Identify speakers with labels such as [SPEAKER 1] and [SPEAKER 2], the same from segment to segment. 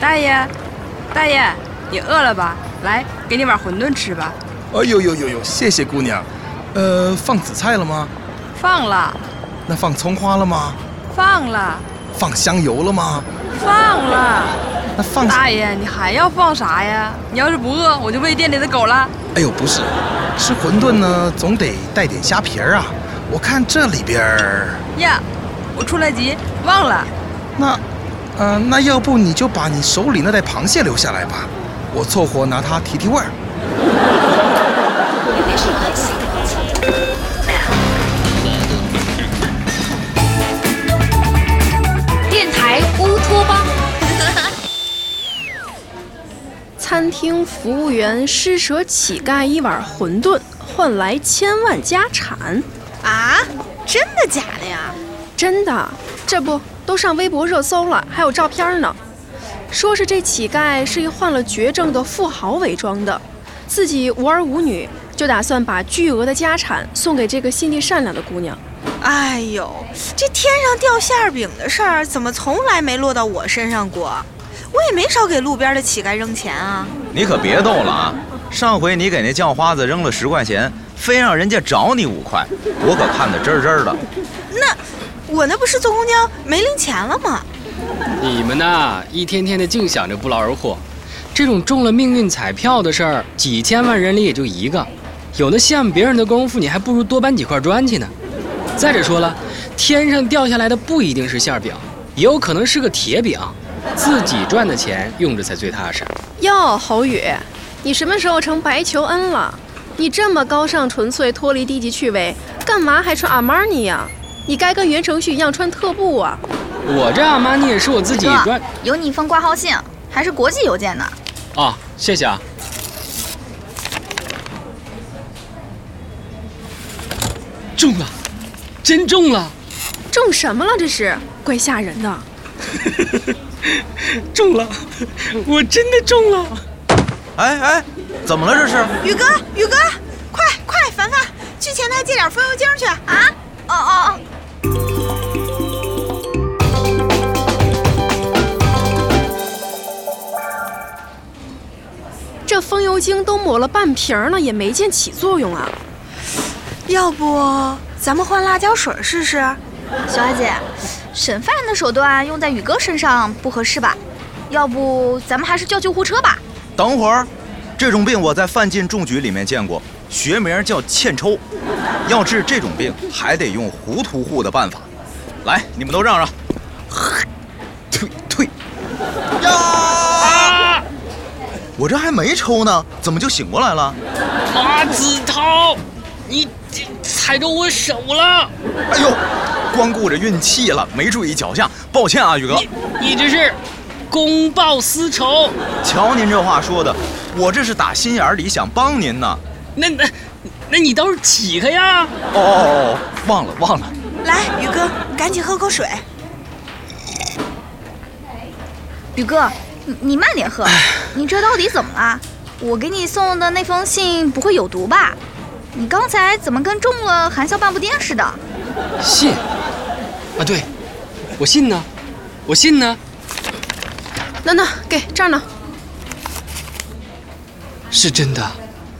[SPEAKER 1] 大爷，大爷，你饿了吧？来，给你碗馄饨吃吧。
[SPEAKER 2] 哎呦呦呦呦，谢谢姑娘。呃，放紫菜了吗？
[SPEAKER 1] 放了，
[SPEAKER 2] 那放葱花了吗？
[SPEAKER 1] 放了，
[SPEAKER 2] 放香油了吗？
[SPEAKER 1] 放了。
[SPEAKER 2] 那放……
[SPEAKER 1] 大爷，你还要放啥呀？你要是不饿，我就喂店里的狗了。
[SPEAKER 2] 哎呦，不是，吃馄饨呢，总得带点虾皮儿啊。我看这里边儿，
[SPEAKER 1] 呀，我出来急，忘了。
[SPEAKER 2] 那，呃，那要不你就把你手里那袋螃蟹留下来吧，我凑合拿它提提味儿。
[SPEAKER 3] 电台乌托邦。
[SPEAKER 4] 餐厅服务员施舍乞丐一碗馄饨，换来千万家产。
[SPEAKER 5] 啊，真的假的呀？
[SPEAKER 4] 真的，这不都上微博热搜了，还有照片呢。说是这乞丐是一患了绝症的富豪伪装的，自己无儿无女，就打算把巨额的家产送给这个心地善良的姑娘。
[SPEAKER 5] 哎呦，这天上掉馅儿饼的事儿，怎么从来没落到我身上过？我也没少给路边的乞丐扔钱啊！
[SPEAKER 6] 你可别逗了啊！上回你给那叫花子扔了十块钱，非让人家找你五块，我可看得真真的。
[SPEAKER 5] 那我那不是坐公交没零钱了吗？
[SPEAKER 7] 你们呐，一天天的净想着不劳而获，这种中了命运彩票的事儿，几千万人里也就一个。有的羡慕别人的功夫，你还不如多搬几块砖去呢。再者说了，天上掉下来的不一定是馅儿饼，也有可能是个铁饼。自己赚的钱用着才最踏实。
[SPEAKER 4] 哟，侯宇，你什么时候成白求恩了？你这么高尚纯粹，脱离低级趣味，干嘛还穿阿玛尼呀？你该跟袁承旭一样穿特步啊！
[SPEAKER 7] 我这阿玛尼也是我自己
[SPEAKER 5] 哥
[SPEAKER 7] 赚。，
[SPEAKER 5] 有你一封挂号信，还是国际邮件呢。
[SPEAKER 7] 啊，谢谢啊。中了，啊真啊中了，
[SPEAKER 4] 中什么了？这是怪吓人的。
[SPEAKER 7] 中了，我真的中了。
[SPEAKER 6] 哎哎，怎么了这是？
[SPEAKER 5] 宇哥，宇哥，快快，凡凡，去前台借点风油精去啊！哦哦哦，
[SPEAKER 4] 这风油精都抹了半瓶儿了，也没见起作用啊！
[SPEAKER 5] 要不咱们换辣椒水试试？
[SPEAKER 8] 小姐，审犯人的手段用在宇哥身上不合适吧？要不咱们还是叫救护车吧？
[SPEAKER 6] 等会儿，这种病我在范进中举里面见过，学名叫欠抽。要治这种病，还得用糊涂户的办法。来，你们都让让。退退。呀！我这还没抽呢，怎么就醒过来了？
[SPEAKER 7] 马子韬，你这踩着我手了，
[SPEAKER 6] 哎呦，光顾着运气了，没注意脚下，抱歉啊，宇哥。
[SPEAKER 7] 你你这是公报私仇。
[SPEAKER 6] 瞧您这话说的，我这是打心眼儿里想帮您呢。
[SPEAKER 7] 那那那你倒是起开呀！
[SPEAKER 6] 哦哦哦，忘了忘了，
[SPEAKER 5] 来，宇哥，赶紧喝口水。
[SPEAKER 8] 宇哥，你你慢点喝，你这到底怎么了？我给你送的那封信不会有毒吧？你刚才怎么跟中了含笑半步癫似的？
[SPEAKER 7] 信啊，对，我信呢，我信呢。
[SPEAKER 4] 那那给这儿呢，
[SPEAKER 7] 是真的，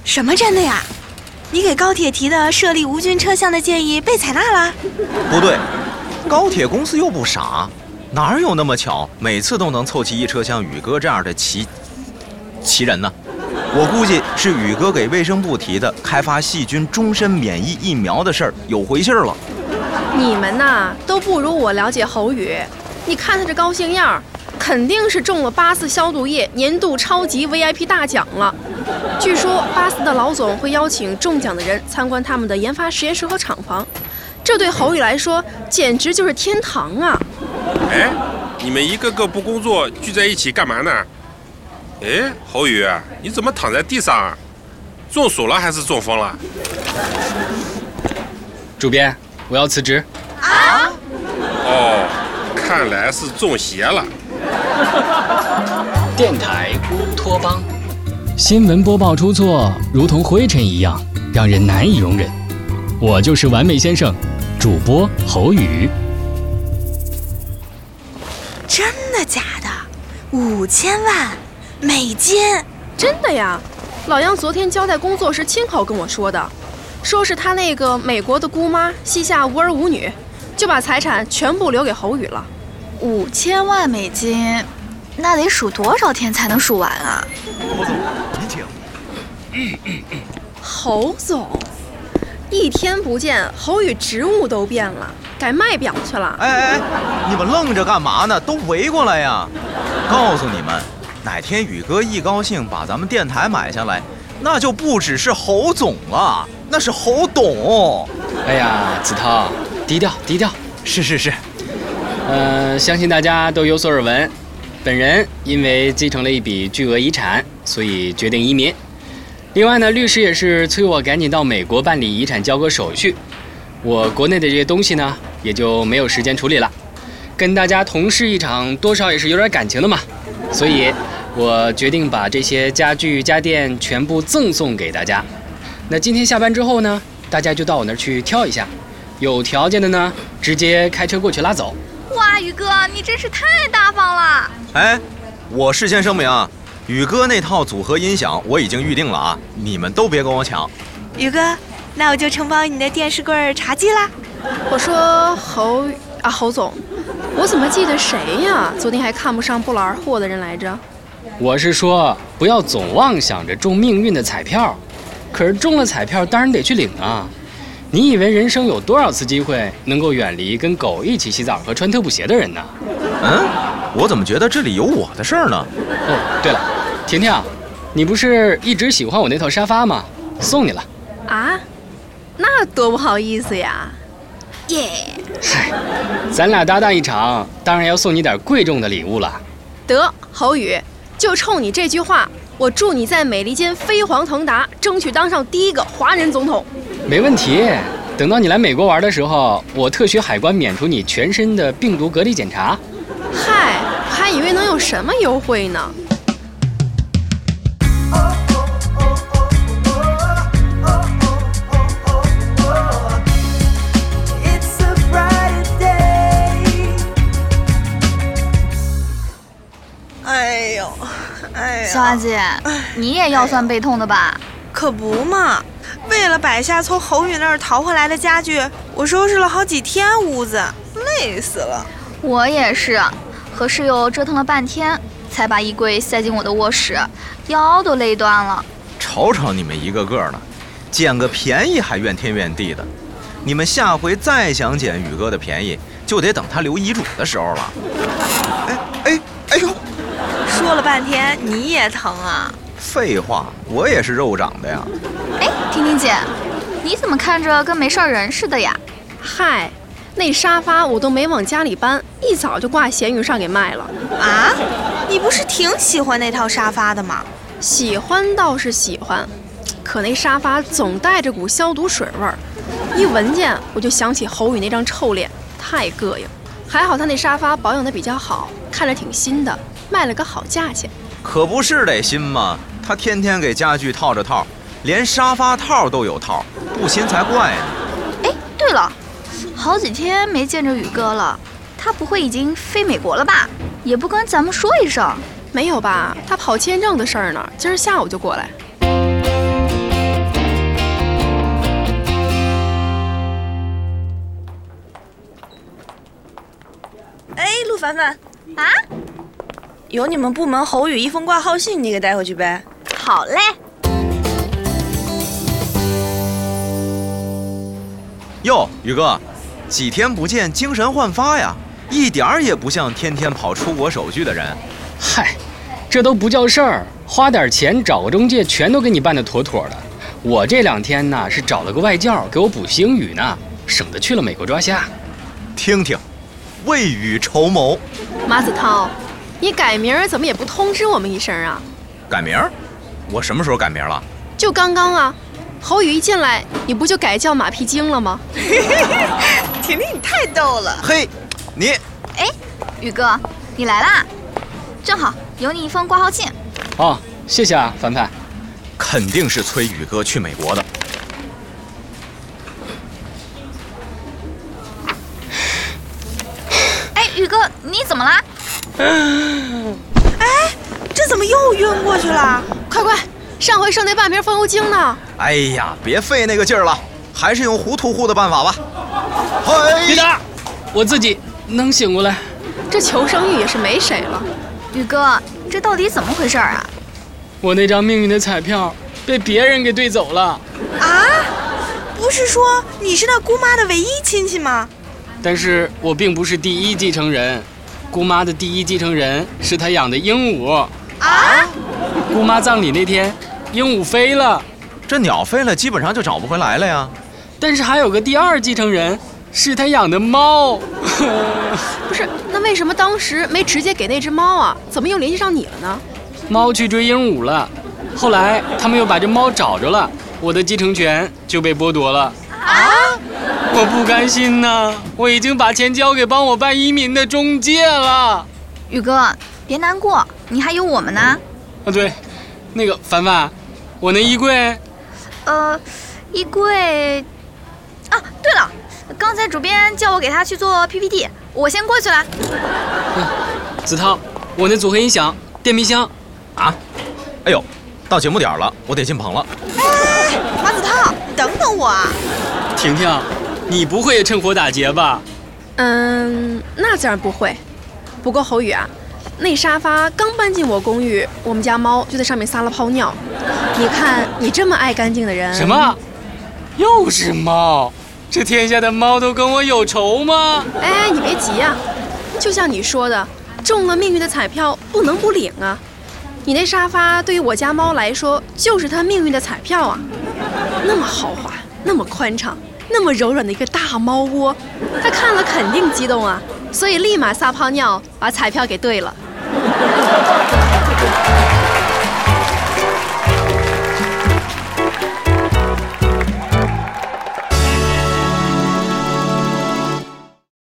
[SPEAKER 5] 什么真的呀？你给高铁提的设立无菌车厢的建议被采纳了？
[SPEAKER 6] 不对，高铁公司又不傻，哪有那么巧，每次都能凑齐一车像宇哥这样的奇奇人呢？我估计是宇哥给卫生部提的开发细菌终身免疫疫苗的事儿有回信儿了。
[SPEAKER 4] 你们呐都不如我了解侯宇。你看他这高兴样儿，肯定是中了八四消毒液年度超级 VIP 大奖了。据说巴斯的老总会邀请中奖的人参观他们的研发实验室和厂房，这对侯宇来说简直就是天堂啊！
[SPEAKER 9] 哎，你们一个个不工作，聚在一起干嘛呢？哎，侯宇，你怎么躺在地上啊？中暑了还是中风了？
[SPEAKER 7] 主编，我要辞职。
[SPEAKER 9] 哦，看来是中邪了。
[SPEAKER 7] 电台乌托邦，新闻播报出错，如同灰尘一样，让人难以容忍。我就是完美先生，主播侯宇。
[SPEAKER 5] 真的假的？五千万美金。
[SPEAKER 4] 真的呀，老杨昨天交代工作时亲口跟我说的，说是他那个美国的姑妈膝下无儿无女，就把财产全部留给侯宇了。
[SPEAKER 8] 五千万美金，那得数多少天才能数完啊？
[SPEAKER 6] 您请。
[SPEAKER 4] 侯总，一天不见，侯宇职务都变了，改卖表去了。
[SPEAKER 6] 哎哎哎，你们愣着干嘛呢？都围过来呀！告诉你们，哪天宇哥一高兴把咱们电台买下来，那就不只是侯总了，那是侯董。
[SPEAKER 7] 哎呀，子韬，低调低调。
[SPEAKER 6] 是是是，
[SPEAKER 7] 呃，相信大家都有所耳闻，本人因为继承了一笔巨额遗产，所以决定移民。另外呢，律师也是催我赶紧到美国办理遗产交割手续，我国内的这些东西呢，也就没有时间处理了。跟大家同事一场，多少也是有点感情的嘛，所以我决定把这些家具家电全部赠送给大家。那今天下班之后呢，大家就到我那儿去挑一下，有条件的呢，直接开车过去拉走。
[SPEAKER 8] 哇，宇哥，你真是太大方了！
[SPEAKER 6] 哎，我事先声明啊，宇哥那套组合音响我已经预定了啊，你们都别跟我抢。
[SPEAKER 5] 宇哥，那我就承包你的电视柜儿茶几啦。
[SPEAKER 4] 我说侯啊侯总，我怎么记得谁呀？昨天还看不上不劳而获的人来着。
[SPEAKER 7] 我是说，不要总妄想着中命运的彩票，可是中了彩票当然得去领啊。你以为人生有多少次机会能够远离跟狗一起洗澡和穿特步鞋的人呢？
[SPEAKER 6] 嗯，我怎么觉得这里有我的事儿呢？
[SPEAKER 7] 哦，对了，婷婷，你不是一直喜欢我那套沙发吗？送你了。
[SPEAKER 4] 啊，那多不好意思呀！
[SPEAKER 8] 耶、
[SPEAKER 7] 嗨，咱俩搭档一场，当然要送你点贵重的礼物了。
[SPEAKER 4] 得，侯宇，就冲你这句话，我祝你在美利坚飞黄腾达，争取当上第一个华人总统。
[SPEAKER 7] 没问题，等到你来美国玩的时候，我特许海关免除你全身的病毒隔离检查。
[SPEAKER 4] 嗨，我还以为能有什么优惠呢。
[SPEAKER 5] 哎呦，哎
[SPEAKER 8] 小
[SPEAKER 5] 呀，
[SPEAKER 8] 婉姐，你也腰酸背痛的吧？
[SPEAKER 5] 可不嘛！为了摆下从侯宇那儿淘回来的家具，我收拾了好几天屋子，累死了。
[SPEAKER 8] 我也是，和室友折腾了半天，才把衣柜塞进我的卧室，腰都累断了。
[SPEAKER 6] 瞅瞅你们一个个的，捡个便宜还怨天怨地的。你们下回再想捡宇哥的便宜，就得等他留遗嘱的时候了。哎哎哎呦！
[SPEAKER 5] 说了半天，你也疼啊？
[SPEAKER 6] 废话，我也是肉长的呀。
[SPEAKER 8] 哎，婷婷姐，你怎么看着跟没事儿人似的呀？
[SPEAKER 4] 嗨，那沙发我都没往家里搬，一早就挂闲鱼上给卖了。
[SPEAKER 5] 啊，你不是挺喜欢那套沙发的吗？
[SPEAKER 4] 喜欢倒是喜欢，可那沙发总带着股消毒水味儿，一闻见我就想起侯宇那张臭脸，太膈应。还好他那沙发保养的比较好，看着挺新的，卖了个好价钱。
[SPEAKER 6] 可不是得新吗？他天天给家具套着套，连沙发套都有套，不新才怪呢。
[SPEAKER 8] 哎，对了，好几天没见着宇哥了，他不会已经飞美国了吧？也不跟咱们说一声。
[SPEAKER 4] 没有吧？他跑签证的事儿呢，今儿下午就过来。
[SPEAKER 5] 哎，陆凡凡，
[SPEAKER 8] 啊，
[SPEAKER 5] 有你们部门侯宇一封挂号信，你给带回去呗。
[SPEAKER 8] 好嘞，
[SPEAKER 6] 哟，宇哥，几天不见，精神焕发呀，一点儿也不像天天跑出国手续的人。
[SPEAKER 7] 嗨，这都不叫事儿，花点钱找个中介，全都给你办得妥妥的。我这两天呢是找了个外教给我补英语呢，省得去了美国抓瞎。
[SPEAKER 6] 听听，未雨绸缪，
[SPEAKER 4] 马子韬，你改名儿怎么也不通知我们一声啊？
[SPEAKER 6] 改名儿？我什么时候改名了？
[SPEAKER 4] 就刚刚啊，侯宇一进来，你不就改叫马屁精了吗？
[SPEAKER 5] 婷婷，你太逗了。
[SPEAKER 6] 嘿，你
[SPEAKER 8] 哎宇哥，你来啦，正好有你一封挂号信。
[SPEAKER 7] 哦，谢谢啊，凡凡。
[SPEAKER 6] 肯定是催宇哥去美国的。
[SPEAKER 8] 哎，宇哥，你怎么啦？
[SPEAKER 5] 哎这怎么又晕过去了？
[SPEAKER 4] 快快，上回剩那半瓶风油精呢？
[SPEAKER 6] 哎呀，别费那个劲儿了，还是用糊涂糊的办法吧。嘿，
[SPEAKER 7] 别打， 我自己能醒过来。
[SPEAKER 4] 这求生欲也是没谁了。
[SPEAKER 8] 宇哥，这到底怎么回事儿啊？
[SPEAKER 7] 我那张命运的彩票被别人给兑走了，
[SPEAKER 5] 不是说你是那姑妈的唯一亲戚吗？
[SPEAKER 7] 但是我并不是第一继承人。姑妈的第一继承人是她养的鹦鹉。啊！姑妈葬礼那天，鹦鹉飞了，
[SPEAKER 6] 这鸟飞了，基本上就找不回来了呀。
[SPEAKER 7] 但是还有个第二继承人，是她养的猫。
[SPEAKER 4] 不是，那为什么当时没直接给那只猫啊？怎么又联系上你了呢？
[SPEAKER 7] 猫去追鹦鹉了，后来他们又把这猫找着了，我的继承权就被剥夺了。啊！我不甘心呐、我已经把钱交给帮我办移民的中介了。
[SPEAKER 8] 宇哥，别难过，你还有我们呢。
[SPEAKER 7] 啊，对，那个凡凡，我那衣柜，
[SPEAKER 8] 呃，衣柜。啊，对了，刚才主编叫我给他去做 PPT，我先过去了。
[SPEAKER 7] 子韬，我那组合音响、电冰箱，
[SPEAKER 6] 啊，哎呦，到节目点儿了，我得进棚了。
[SPEAKER 5] 马子韬，你等等我啊！
[SPEAKER 7] 婷婷，你不会也趁火打劫吧？
[SPEAKER 4] 嗯，那自然不会。不过侯宇啊，那沙发刚搬进我公寓，我们家猫就在上面撒了泡尿。你看，你这么爱干净的人，
[SPEAKER 7] 什？么？又是猫？这天下的猫都跟我有仇吗？
[SPEAKER 4] 哎，你别急啊，就像你说的，中了命运的彩票不能不领啊。你那沙发对于我家猫来说，就是它命运的彩票啊。那么豪华，那么宽敞，那么柔软的一个大猫窝，它看了肯定激动啊，所以立马撒泡尿把彩票给兑了。